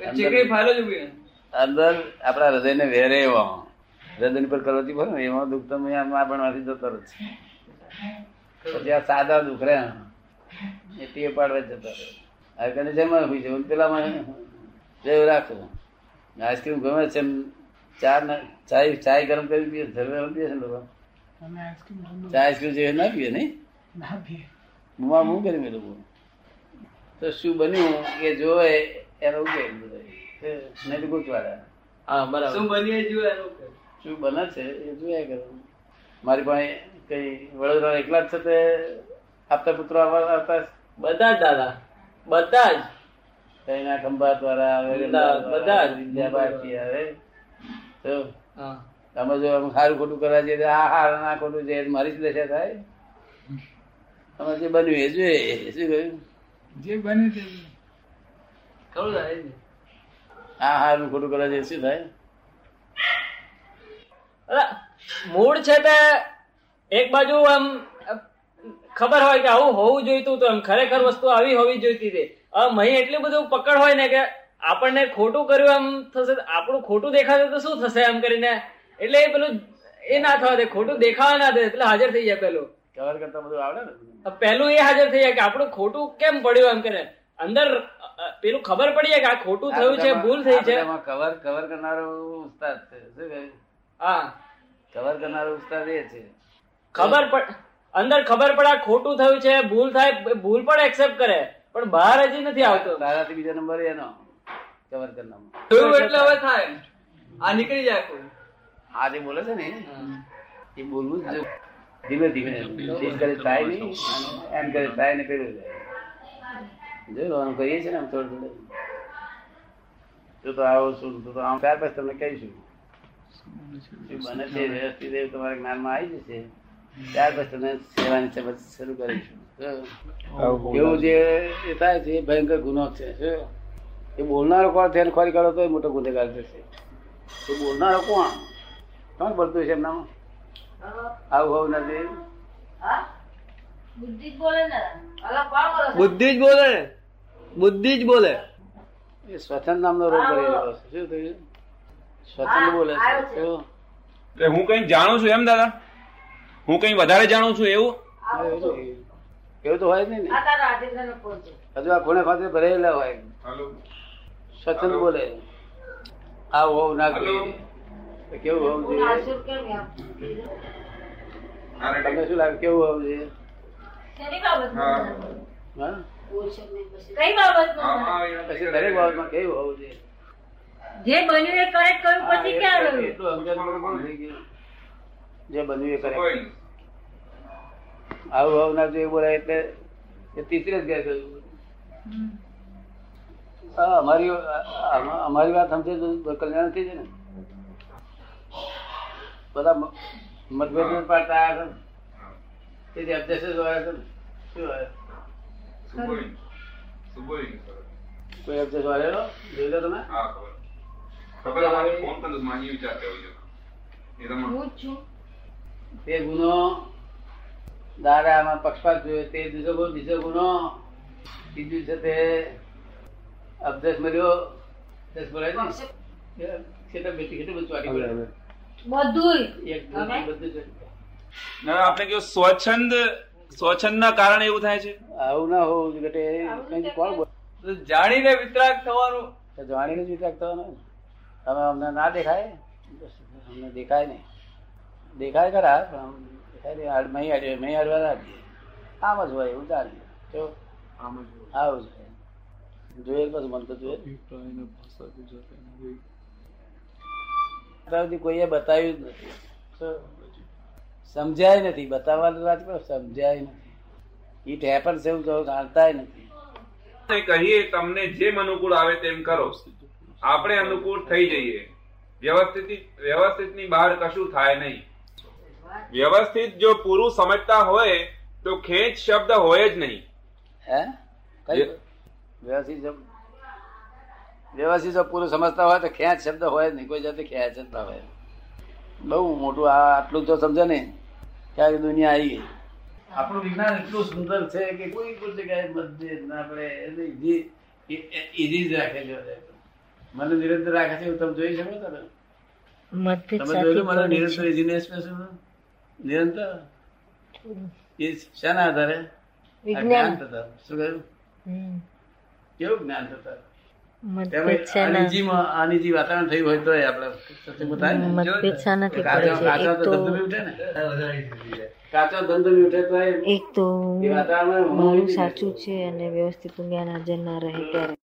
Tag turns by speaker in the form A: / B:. A: એ ચીકણી ફાઇલો જ ઉભી રહે.
B: અંદર આપણા હૃદયને વેરે એવામાં હૃદયની પર કરવતી ભરો ને એમાં દુઃખ તમે આમાં પણ માંથી જતો રહે છે પછી આ સાદા દુઃખ રહે એ તે પાડવા જતા રહે આ કને જેમાં હોય છે પેલામાં જેવું રાખો આઈસ્ક્રીમ ગમે છે એમ ચા ના ચાય ચાય ગરમ કરી પીએ ધરવે પીએ છે ને લોકો
C: અમે આઈસ્ક્રીમ ઠંડુ
B: ચા આઈસ્ક્રીમ જેવી ના પીએ નહીં
C: ના પીએ
B: બુમા બુમ કરી મેં લોકો તો શું બન્યું એ જોવે એનો ઉકેલ નહીં તો ગુચવાડા
D: હા
A: શું
D: બરાબર
A: બનીએ જુઓ એનું કે.
B: શું બને છે એ જોયા કરો મારી પાસે કઈ વડોદરા એકલા જ છે તે આપતા પુત્રો આવવા- આવતા જ?
D: બધા જ દાદા બધા જ
B: કઈના ખંભાત વાળા આવે
D: અમદાવાદ, બધા જ.
B: વિદ્યાભારતી આવે તો
D: હા
B: તમે જો આમ સારું ખોટું કરવા જઈએ તો આ હાર ના ખોટું છે એ મારી જ દશા થાય તમે જે બન્યું એ જોઈએ શું કહ્યું
C: જે બને તે
A: ખરું થાય ને?
B: આ હારું ખોટું કરવા જઈએ શું થાય
D: અલા, મૂળ છે તે એક બાજુ આમ અ, ખબર હોય કે આવું હોવું જોઈતું હતું એમ ખરેખર વસ્તુ આવી હોવી જોઈતી હતી હવે મહી એટલું બધું પકડ હોય ને કે આપણને ખોટું કર્યું એમ થશે તો આપણું ખોટું દેખાશે તો શું થશે એમ કરીને એટલે એ પેલું એ ના થવા દે ખોટું દેખાવા ના દે એટલે હાજર થઈ જાય પેલું
B: કવર કરતા બધું આવડે ને
D: પહેલું એ હાજર થઈ જાય કે આપણું ખોટું કેમ પડ્યું એમ કરીને અંદર અ, અ, પેલું ખબર પડી જાય કે આ ખોટું થયું છે ભૂલ થઈ છે
B: કવર કવર કરનારો ઉસ્તાદ છે શું કહ્યું
D: હા
B: કવર કરનારો ઉસ્તાદ એ છે
D: ખબર પડ અંદર ખબર પડે આ ખોટું થયું છે ભૂલ થાય ભૂલ પણ એક્સેપ્ટ કરે પણ બહાર હજી નથી આવતો
B: તારાથી બીજો નંબર એનો કવર કરનારો
A: જોયું એટલે હવે થાય આ નીકળી જાય આખું.
B: આ જે બોલે છે ને એ બોલવું જ જો- ધીમે ધીમે encourage થાય નહીં encourage થાય ને પેલું જાય જોઈ લો, આમ કરીએ છીએ ને આમ થોડું થોડું. તું તો આવો છું તું તો આમ ત્યાર પછી તમને કહીશું શું બને છે વ્યવસ્થિત એવું તમારા જ્ઞાનમાં આવી જશે ત્યાર પછી તમને સેવાની સમજ શરૂ કરીશું તો એવું જે એ થાય છે એ ભયંકર ગુનો છે શું? એ બોલનારો કોણ છે એને ખોરી કાઢો તો એ મોટો ગુનેગાર થશે એ બોલનારો કોણ કોણ બોલતું છે એમનામાં આવું હોવું નથી
E: બુદ્ધિ જ બોલે ને અલા કોણ બોલે છે?
D: બુદ્ધિ જ બોલે ને બુદ્ધિ જ બોલે
B: એ સ્વચન નામનો રોગ કરી રહ્યો છે શું થયું સ્વચન બોલે
E: આવ્યો
B: છે
E: છે.
B: શું?
F: એટલે હું કઈ જાણું છું એમ દાદા હું કઈ વધારે જાણું છું એવું
E: આ
B: એવું
E: બધું.
B: તો- એવું તો હોય જ નહીં ને
E: આ તારા રાજેન્દ્રનો ફોન છે
B: હજુ આ ખૂણે ખાતે ભરેલા હોય સ્વચન બોલે આવું હોવું ના જોઈએ તો કેવું હોવું
E: હું
B: જોઈએ
E: નાસુર કેમ એમ?
B: તમને શું લાગે કેવું હોવું જોઈએ
E: શેની બાબતમાં બોલે?
B: હા
E: ઓછો ને પછી. કઈ બાબતમાં બોલે?
B: પછી દરેક બાબતમાં કેવું હોવું જોઈએ
E: જે બન્યું એ કરેક્ટ કર્યું
B: હા,
E: પછી
B: એ
E: ક્યાં
B: તો-
E: રહ્યું
B: એટલું સમજણ પણ થઈ ગયું. જે બન્યું એ કરે આવું આવું ના જોઈએ બોલાય એટલે એ તીસરે જ ગયા કર્યું હા, અમારી આ- અમારી વાત સમજે તો કલ્યાણ થઈ જાય ને બધા મ- મતભેદ જ પાડતા આવ્યા છે તેથી અભ્યાસ જ હોય છે ને. શું હોય કોઈ અભ્યાસ વાળેલો જોઈ લો તમે
E: હું જ છું
B: તે ગુનો દાડામાં પક્ષપાત જોયો તે બીજો ગુનો બીજો ગુનો બીજું છે તે અભ્યાસ મળ્યો દસ બોલાય ને? એ કેટલા બેટી કેટલું બધું વાટી પડે.
E: બધુંય
B: એક દિવસ બધું જ.
F: ના, આપણે કહ્યું સ્વચ્છંદ સ્વચ્છંદના કારણે એવું થાય છે
B: આવું ના હોવું જોઈએ કે કંઈક કોણ બોલે?
A: તો જાણીને વિતરાગ થવાનું
B: તો જાણીને જ વિચાર કરવાનો ને. તમે અમને ના દેખાય બસ, અમને દેખાય નહીં દેખાય ખરા પણ આમ દેખાય નહીં હાડ- મહી હાડે મહી હાડવા ના દે. આમ જ હોય એવું ચાલે જો આવું છે જોઈએ પછી મન તો જોઈએ અત્યાર સુધી કોઈએ બતાવ્યું જ નથી શું? સમજાય નથી બતાવવાની વાત કરો સમજાય નથી ઇટ હેપન્સ એવું તો જાણતાય નથી
F: તે કહીએ તમને જેમ અનુકૂળ આવે તેમ કરો આપણે અનુકૂળ થઈ જઈએ વ્યવસ્થિત વ્યવસ્થિતની બહાર કશું થાય નહીં વ્યવસ્થિત જો પૂરું સમજતા હોય તો ખેંચ શબ્દ હોય જ નહીં
B: હે કઈ
F: વ્ય-
B: વ્યવસ્થિત શબ્દ વ્યવસ્થિત જો પૂરું સમજતા હોય તો ખેંચ શબ્દ હોય જ નહીં કોઈ જાતે ખેંચ જ ના હોય બહુ મોટું આ આટલું જો સમજે ને કે આખી દુનિયા આવી ગઈ આપણું વિજ્ઞાન એટલું સુંદર છે કે કોઈ કોઈ જગ્યાએ મતભેદ ના પડે એટલે ઈઝી ઈ- ઈ- ઈઝી જ રાખે છે મને નિરંતર રાખે છે એવું તમે જોઈ શકો તમે
G: મતભેદ
B: તમે
G: સાથે
B: જોયેલું મને
G: બોલે
B: નિરંતર
G: છે.
B: એજીનેસ નિરંતર એ શેના આધારે આ જ્ઞાન
G: વિજ્ઞાન
B: થતા શું કહ્યું
G: હમ.
B: કેવું જ્ઞાન થતા
G: મતભેદ શાના
B: આનીજીમાં આનીજી વાતાવરણ થયું હોય તોય આપણે સત્સંગમાં થાય ને.
G: મતભેદ શાનાથી પડે
B: કાચો કાચો તો
G: છે એક
B: ધંધો
G: તો
B: ઉઠે ને કાચો ધંધો ઉઠે તો
G: એક તો
B: એ વાતાવરણ
G: મારું સાચું છે અને વ્યવસ્થિત જ્ઞાન હાજર ના રહે ત્યારે